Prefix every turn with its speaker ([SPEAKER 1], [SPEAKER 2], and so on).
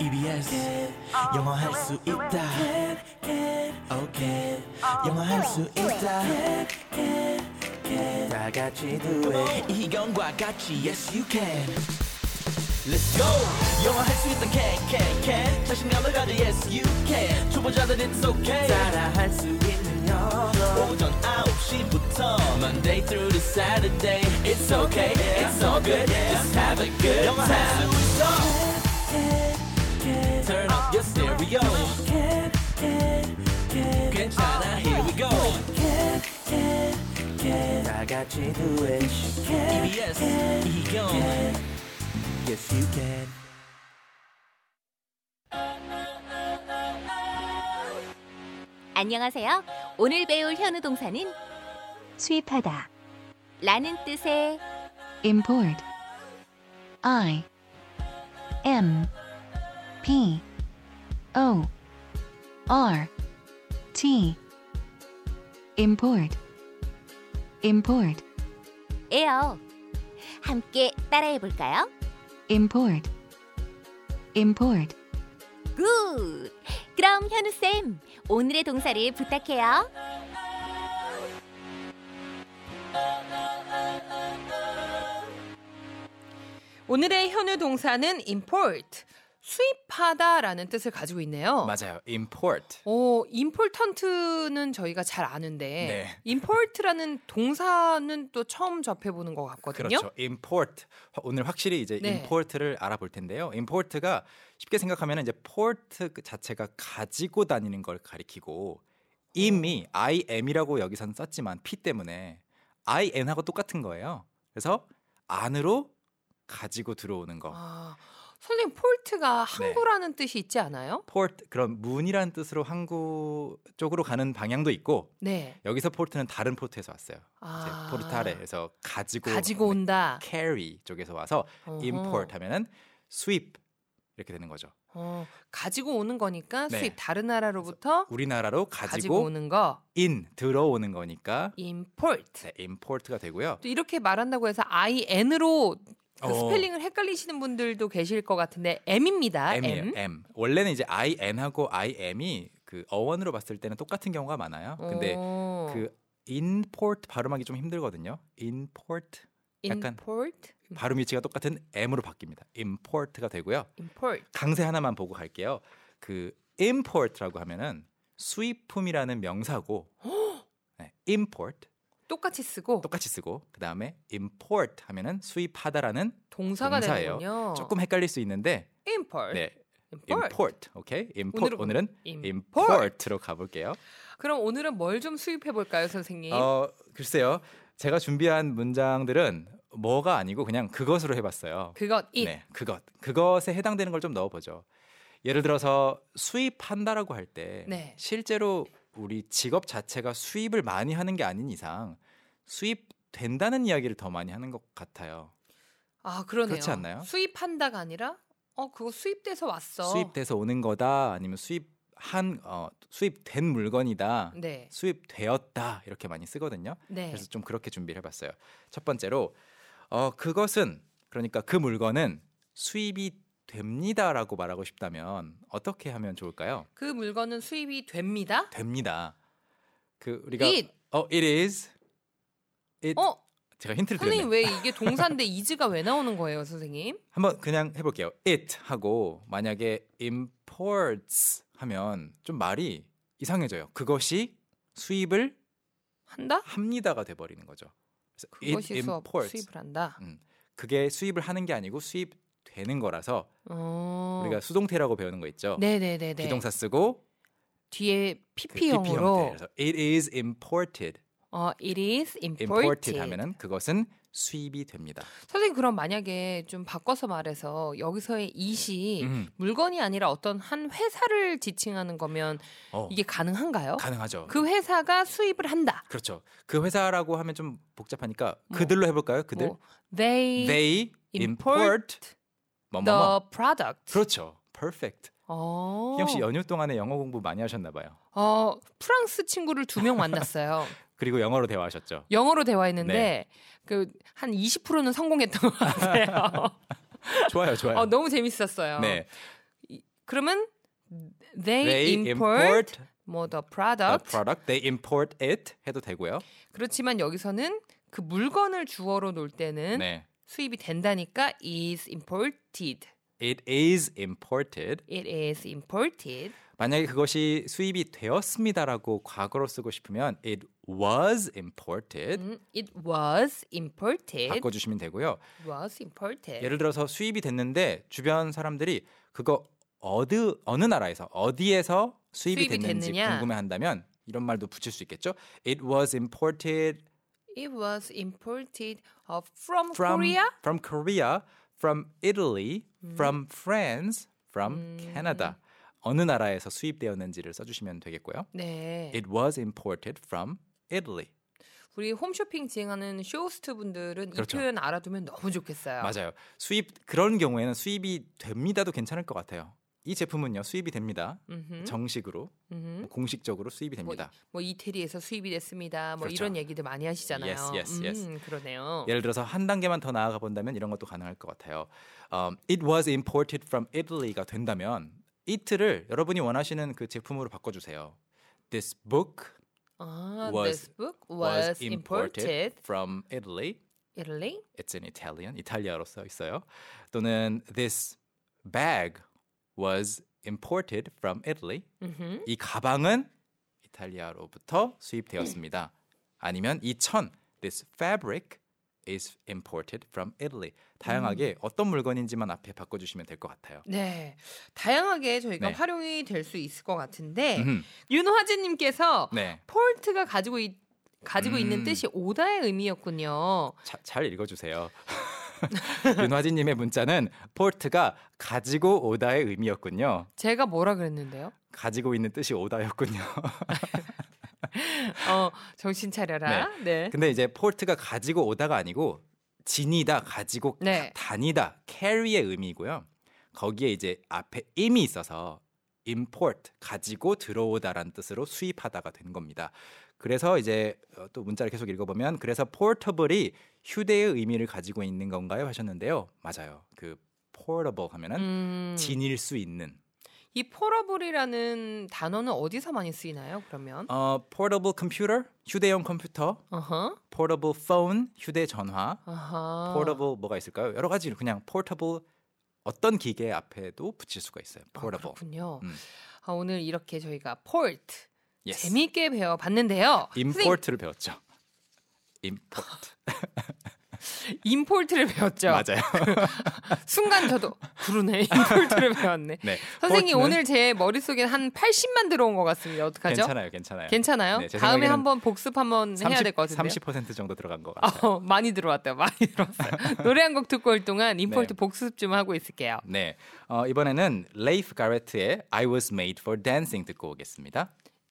[SPEAKER 1] EBS 영어 할 수 있다 오케이 영어 할 수 있다 다 같이 do it 이희경과 같이 yes you can Let's go 영어 할 수 있다 can can can 자신감을 가져 yes you can 초보자들 it's okay 따라 할 수 있는 영어 오전 9시부터 Monday through to Saturday It's okay it's all good just have a good time 영어 할수 있어 Turn up your stereo. 괜찮아, here we go. 다 같이 do it. EBS, 이경. Yes, you can.
[SPEAKER 2] 안녕하세요. 오늘 배울 현우 동사는
[SPEAKER 3] 수입하다
[SPEAKER 2] 라는 뜻의
[SPEAKER 3] import i m p o r t import import
[SPEAKER 2] 에요. 함께 따라해 볼까요?
[SPEAKER 3] import import
[SPEAKER 2] 굿! 그럼 현우쌤, 오늘의 동사를 부탁해요.
[SPEAKER 4] 오늘의 현우 동사는 import, 수입하다라는 뜻을 가지고 있네요.
[SPEAKER 5] 맞아요. import.
[SPEAKER 4] 오, important는 저희가 잘 아는데
[SPEAKER 5] 네.
[SPEAKER 4] import라는 동사는 또 처음 접해 보는 것 같거든요.
[SPEAKER 5] 그렇죠. import. 화- 오늘 확실히 이제
[SPEAKER 4] 아, 네.
[SPEAKER 5] import를 알아볼 텐데요. import가 쉽게 생각하면 이제 port 그 자체가 가지고 다니는 걸 가리키고 im이 I am이라고 여기선 썼지만 p 때문에 I n 하고 똑같은 거예요. 그래서 안으로 가지고 들어오는 거.
[SPEAKER 4] 아, 선생님 port가
[SPEAKER 5] 네.
[SPEAKER 4] 항구라는 뜻이 있지 않아요?
[SPEAKER 5] port 그런 문이라는 뜻으로 항구 쪽으로 가는 방향도 있고
[SPEAKER 4] 네.
[SPEAKER 5] 여기서 port는 다른 port에서 왔어요. 이제
[SPEAKER 4] 아.
[SPEAKER 5] 포르타레에서 가지고
[SPEAKER 4] 가지고 온다.
[SPEAKER 5] carry 쪽에서 와서
[SPEAKER 4] 어허.
[SPEAKER 5] import 하면은 sweep 이렇게 되는 거죠.
[SPEAKER 4] 어, 가지고 오는 거니까
[SPEAKER 5] 네.
[SPEAKER 4] 수입 다른 나라로부터
[SPEAKER 5] 우리나라로
[SPEAKER 4] 가지고,
[SPEAKER 5] 가지고,
[SPEAKER 4] 오는 거
[SPEAKER 5] in 들어오는 거니까
[SPEAKER 4] import.
[SPEAKER 5] 네, import가 되고요.
[SPEAKER 4] 또 이렇게 말한다고 해서 IN으로 그
[SPEAKER 5] 어.
[SPEAKER 4] 스펠링을 헷갈리시는 분들도 계실 것 같은데 M입니다. M.
[SPEAKER 5] M이에요. M. 원래는 이제 I N하고 I M이 그 어원으로 봤을 때는 똑같은 경우가 많아요. 근데
[SPEAKER 4] 어.
[SPEAKER 5] 그 import 발음하기 좀 힘들거든요. import 약간-
[SPEAKER 4] import,
[SPEAKER 5] 발음 위치가 똑같은 M으로 바뀝니다. import가 되고요.
[SPEAKER 4] import.
[SPEAKER 5] 강세 하나만 보고 갈게요. 그 import라고 하면은 수입품이라는 명사고 네, import
[SPEAKER 4] 똑같이 쓰고
[SPEAKER 5] 똑같이 쓰고 그 다음에 import 하면은 수입하다라는
[SPEAKER 4] 동사가
[SPEAKER 5] 동사예요.
[SPEAKER 4] 되는군요.
[SPEAKER 5] 조금 헷갈릴 수 있는데
[SPEAKER 4] import.
[SPEAKER 5] 네
[SPEAKER 4] import.
[SPEAKER 5] import 오케이 import
[SPEAKER 4] 오늘은-
[SPEAKER 5] 오늘은,
[SPEAKER 4] import.
[SPEAKER 5] import로 가볼게요.
[SPEAKER 4] 그럼 오늘은 뭘 좀 수입해 볼까요, 선생님?
[SPEAKER 5] 어 글쎄요 제가 준비한 문장들은 뭐가 아니고 그냥 그것으로 해봤어요.
[SPEAKER 4] 그것 it.
[SPEAKER 5] 네 그것 그것에 해당되는 걸 좀 넣어보죠. 예를 들어서 수입한다라고 할 때
[SPEAKER 4] 네.
[SPEAKER 5] 실제로 우리 직업 자체가 수입을 많이 하는 게 아닌 이상 수입 된다는 이야기를 더 많이 하는 것 같아요.
[SPEAKER 4] 아, 그러네요.
[SPEAKER 5] 그렇지 않나요?
[SPEAKER 4] 수입한다가 아니라 어, 그거 수입돼서 왔어.
[SPEAKER 5] 수입돼서 오는 거다 아니면 수입한 어, 수입된 물건이다
[SPEAKER 4] 네.
[SPEAKER 5] 수입되었다 이렇게 많이 쓰거든요
[SPEAKER 4] 네.
[SPEAKER 5] 그래서 좀 그렇게 준비를 해봤어요 첫 번째로 어, 그것은 그러니까 그 물건은 수입이 됩니다라고 말하고 싶다면 어떻게 하면 좋을까요
[SPEAKER 4] 그 물건은 수입이 됩니다.
[SPEAKER 5] 됩니다 그 우리가
[SPEAKER 4] it.
[SPEAKER 5] 어 it is it
[SPEAKER 4] 어,
[SPEAKER 5] 제가 힌트를
[SPEAKER 4] 선생님
[SPEAKER 5] 네, 드렸네요
[SPEAKER 4] 왜 이게 동사인데 이즈가 왜 나오는 거예요, 선생님?
[SPEAKER 5] 한번 그냥 해볼게요 it 하고 만약에 imports 하면 좀 말이 이상해져요 그것이 수입을
[SPEAKER 4] 한다?
[SPEAKER 5] 합니다가 돼버리는 거죠. 그래서 it
[SPEAKER 4] 그것이 수업
[SPEAKER 5] imports
[SPEAKER 4] 수입을 한다.
[SPEAKER 5] 그게 수입을 하는 게 아니고 수입되는 거라서
[SPEAKER 4] 어.
[SPEAKER 5] 우리가 수동태라고 배우는 거 있죠.
[SPEAKER 4] 네네네네.
[SPEAKER 5] 비동사 쓰고
[SPEAKER 4] 뒤에
[SPEAKER 5] 그 PP 형태.
[SPEAKER 4] PP형으로
[SPEAKER 5] 그래서 it is imported.
[SPEAKER 4] 어, it is
[SPEAKER 5] imported
[SPEAKER 4] imported.
[SPEAKER 5] 하면은 그것은 수입이 됩니다.
[SPEAKER 4] 선생님 그럼 만약에 좀 바꿔서 말해서 여기서의 it이
[SPEAKER 5] 음.
[SPEAKER 4] 물건이 아니라 어떤 한 회사를 지칭하는 거면
[SPEAKER 5] 어,
[SPEAKER 4] 이게 가능한가요?
[SPEAKER 5] 가능하죠. 그...
[SPEAKER 4] 그 회사가 수입을 한다.
[SPEAKER 5] 렇죠그 회사라고 하면 좀 복잡하니까 그들로 해볼까요? 그들
[SPEAKER 4] 뭐, they,
[SPEAKER 5] they import 뭐뭐뭐.
[SPEAKER 4] the product.
[SPEAKER 5] 그렇죠. perfect.
[SPEAKER 4] 어.
[SPEAKER 5] 역시 연휴 동안에 영어 공부 많이 하셨나 봐요.
[SPEAKER 4] 어, 프랑스 친구를 두 명 만났어요.
[SPEAKER 5] 그리고 영어로 대화하셨죠.
[SPEAKER 4] 영어로 대화했는데
[SPEAKER 5] 네.
[SPEAKER 4] 그 한 20%는 성공했던 것 같아요.
[SPEAKER 5] 좋아요, 좋아요.
[SPEAKER 4] 어, 너무 재밌었어요.
[SPEAKER 5] 네.
[SPEAKER 4] 어, 그러면 they,
[SPEAKER 5] They
[SPEAKER 4] import,
[SPEAKER 5] import
[SPEAKER 4] 뭐 the
[SPEAKER 5] the
[SPEAKER 4] product.
[SPEAKER 5] product. They import it 해도 되고요.
[SPEAKER 4] 그렇지만 여기서는 그 물건을 주어로 놓을 때는
[SPEAKER 5] 네.
[SPEAKER 4] 수입이 된다니까 is imported.
[SPEAKER 5] It is imported.
[SPEAKER 4] It is imported.
[SPEAKER 5] 만약에 그것이 수입이 되었습니다라고 과거로 쓰고 싶으면 it was imported
[SPEAKER 4] 음, 네. It was imported.
[SPEAKER 5] 바꿔 주시면 되고요.
[SPEAKER 4] was imported.
[SPEAKER 5] 예를 들어서 수입이 됐는데 주변 사람들이 그거 어느 어느 나라에서 어디에서 수입이,
[SPEAKER 4] 수입이
[SPEAKER 5] 됐는지
[SPEAKER 4] 됐느냐.
[SPEAKER 5] 궁금해한다면 이런 말도 붙일 수 있겠죠. It was imported
[SPEAKER 4] It was imported uh, from,
[SPEAKER 5] from
[SPEAKER 4] Korea. 음.
[SPEAKER 5] from Korea, from Italy, from France, from Canada. 어느 나라에서 수입되었는지를 써주시면 되겠고요.
[SPEAKER 4] 네.
[SPEAKER 5] It was imported from Italy.
[SPEAKER 4] 우리 홈쇼핑 지행하는 쇼호스트 분들은
[SPEAKER 5] 그렇죠.
[SPEAKER 4] 이 표현 알아두면 너무 좋겠어요.
[SPEAKER 5] 맞아요. 수입 그런 경우에는 수입이 됩니다도 괜찮을 것 같아요. 이 제품은요 수입이 됩니다.
[SPEAKER 4] 음흠,
[SPEAKER 5] 정식으로
[SPEAKER 4] 음흠.
[SPEAKER 5] 공식적으로 수입이
[SPEAKER 4] 뭐,
[SPEAKER 5] 됩니다.
[SPEAKER 4] 뭐 이태리에서 수입이 됐습니다. 뭐
[SPEAKER 5] 그렇죠.
[SPEAKER 4] 이런 얘기들 많이 하시잖아요.
[SPEAKER 5] Yes, yes, yes.
[SPEAKER 4] 음, 그러네요.
[SPEAKER 5] 예를 들어서 한 단계만 더 나아가 본다면 이런 것도 가능할 것 같아요. Um, it was imported from Italy가 된다면 it를 여러분이 원하시는 그 제품으로 바꿔주세요. This book
[SPEAKER 4] 아,
[SPEAKER 5] was-
[SPEAKER 4] this book
[SPEAKER 5] was,
[SPEAKER 4] was imported
[SPEAKER 5] from Italy.
[SPEAKER 4] Italy.
[SPEAKER 5] It's in Italian. 이탈리아로 써 있어요. 또는 this bag was imported from Italy.
[SPEAKER 4] 음흠.
[SPEAKER 5] 이 가방은 이탈리아로부터 수입되었습니다. 아니면 이 천 this fabric is imported from Italy. 다양하게
[SPEAKER 4] 음.
[SPEAKER 5] 어떤 물건인지만 앞에 바꿔 주시면 될 것 같아요.
[SPEAKER 4] 네, 다양하게 저희가
[SPEAKER 5] 네.
[SPEAKER 4] 활용이 될 수 있을 것 같은데
[SPEAKER 5] 음,
[SPEAKER 4] 윤화진님께서
[SPEAKER 5] 네.
[SPEAKER 4] 폴트가 가지고 있, 가지고 있는
[SPEAKER 5] 음.
[SPEAKER 4] 뜻이 오다의 의미였군요.
[SPEAKER 5] 자- 잘 읽어주세요. 윤화진님의 문자는 포르트가 가지고 오다의 의미였군요.
[SPEAKER 4] 제가 뭐라 그랬는데요?
[SPEAKER 5] 가지고 있는 뜻이 오다였군요.
[SPEAKER 4] 어, 정신 차려라. 네.
[SPEAKER 5] 근데 이제 포르트가 가지고 오다가 아니고 지니다 가지고
[SPEAKER 4] 네.
[SPEAKER 5] 다니다 carry의 의미고요. 거기에 이제 앞에 im이 있어서 import 가지고 들어오다라는 뜻으로 수입하다가 된 겁니다. 그래서 이제 어, 또 문자를 계속 읽어보면 그래서 portable이 휴대의 의미를 가지고 있는 건가요 하셨는데요. 맞아요. 그 portable 하면은
[SPEAKER 4] 음,
[SPEAKER 5] 지닐 수 있는
[SPEAKER 4] 이 포러블이라는 단어는 어디서 많이 쓰이나요? 그러면
[SPEAKER 5] 어 portable computer 휴대용 컴퓨터
[SPEAKER 4] 어허
[SPEAKER 5] portable phone 휴대 전화
[SPEAKER 4] 어허
[SPEAKER 5] portable 뭐가 있을까요? 여러 가지 그냥 portable 어떤 기계 앞에도 붙일 수가 있어요.
[SPEAKER 4] 아,
[SPEAKER 5] portable.
[SPEAKER 4] 그렇군요.
[SPEAKER 5] 음.
[SPEAKER 4] 아, 오늘 이렇게 저희가 폴트
[SPEAKER 5] Yes.
[SPEAKER 4] 재미있게 배워봤는데요.
[SPEAKER 5] import를 배웠죠. import.
[SPEAKER 4] 선생님, 임폴트를 배웠죠.
[SPEAKER 5] 맞아요.
[SPEAKER 4] 순간 저도 그러네 임폴트를 배웠네.
[SPEAKER 5] 네.
[SPEAKER 4] 선생님
[SPEAKER 5] port는
[SPEAKER 4] 오늘 제 머릿속에 한 80만 들어온 것 같습니다. 어떡하죠?
[SPEAKER 5] 괜찮아요. 괜찮아요.
[SPEAKER 4] 괜찮아요?
[SPEAKER 5] 네, 제
[SPEAKER 4] 다음에
[SPEAKER 5] 생각에는
[SPEAKER 4] 한번 복습 한번 해야 될 것 같은데요.
[SPEAKER 5] 30% 정도 들어간 것 같아요.
[SPEAKER 4] 어, 많이 들어왔대요. 많이 들어왔어요. 노래 한 곡 듣고 올 동안 임폴트
[SPEAKER 5] 네.
[SPEAKER 4] 복습 좀 하고 있을게요.
[SPEAKER 5] 네. 어, 이번에는 레이프 가레트의 I was made for dancing 듣고 오겠습니다.